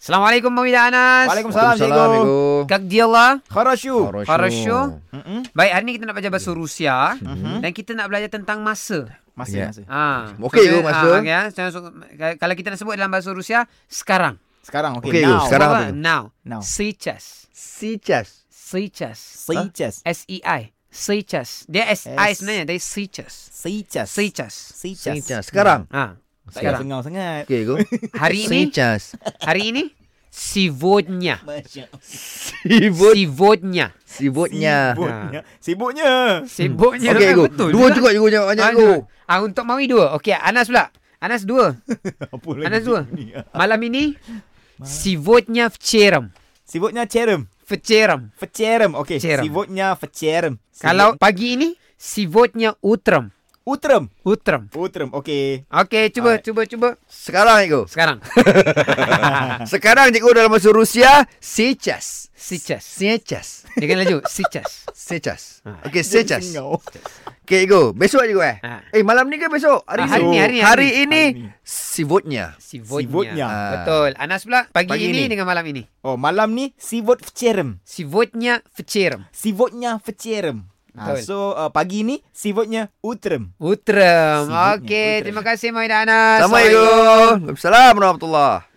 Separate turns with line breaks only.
Assalamualaikum Mami dan Anas.
Waalaikumsalam cikgu.
Kak Diallah.
Kharashu.
Harashu.
Harashu.
Mm-mm.
Baik, hari ni kita nak belajar bahasa Rusia
Mhm.
dan kita nak belajar tentang masa.
Masih
Ya.
masih.
Ha.
Okey ke
So,
masa?
Ha, okay, ha. So, so, kalau kita nak sebut dalam bahasa Rusia, sekarang.
Sekarang okey.
Okey,
now.
sekarang. apa
Apa?
tu?
Now.
Now.
Сейчас.
Сейчас.
Сейчас.
Сейчас.
S E I. Сейчас. Dia S I sebenarnya, dia сейчас.
Сейчас.
Сейчас.
Сейчас.
Сейчас. Sekarang.
Ha.
Hmm. Tak payah
Sekarang.
sengau sangat.
Okey, go.
Hari ini,
Сейчас.
hari ini сегодня.
Masya Allah.
Sibut.
Сегодня.
Hmm.
Ya.
Sibuknya. Ha.
Sibutnya.
Sibuknya.
Sibuknya.
Okey, go.
Ya, kan Betul
Dua
juga.
cukup cikgu jawab banyak,
Ah,
go.
dua. Ah untuk Mawi dua. Okey, Anas pula. Anas dua.
Apa lagi?
Anas dua.
ni?
Malam ini Сегодня вчером.
Sibuknya cerem.
Вчером.
Fecerem. Okey.
Cerem.
Sibuknya fecerem. Sibuk-
Kalau pagi ini сегодня утром.
utrem.
Утром.
Utrem. Okey.
Okey, cuba
Alright.
cuba cuba
Sekarang, cikgu.
sekarang.
Sekarang, cikgu dalam bahasa Rusia. Сейчас.
Сейчас.
Сейчас.
Dia kena laju. Сейчас.
Сейчас.
Ah.
Okey, сейчас.
Sengau.
Okey, cikgu. Besok, cikgu eh?
Ah.
Eh, malam ni ke besok?
Ah,
Hari ni.
hari ni, hari ni, hari
Hari
ni.
ini.
Hari ni.
Sibutnya.
Сегодня.
Сегодня.
Ah, Betul. Anas pula pagi,
Pagi
ini
ini.
dengan malam ini.
Oh, malam ni sibut fecerem.
Сегодня вчером.
Sibutnya fecerem. Ha,
Betul.
so uh, pagi ni sibutnya utrem.
Утром.
Сегодня
Okey,
утром.
terima kasih Mawi dan Anas.
Assalamualaikum. Assalamualaikum warahmatullahi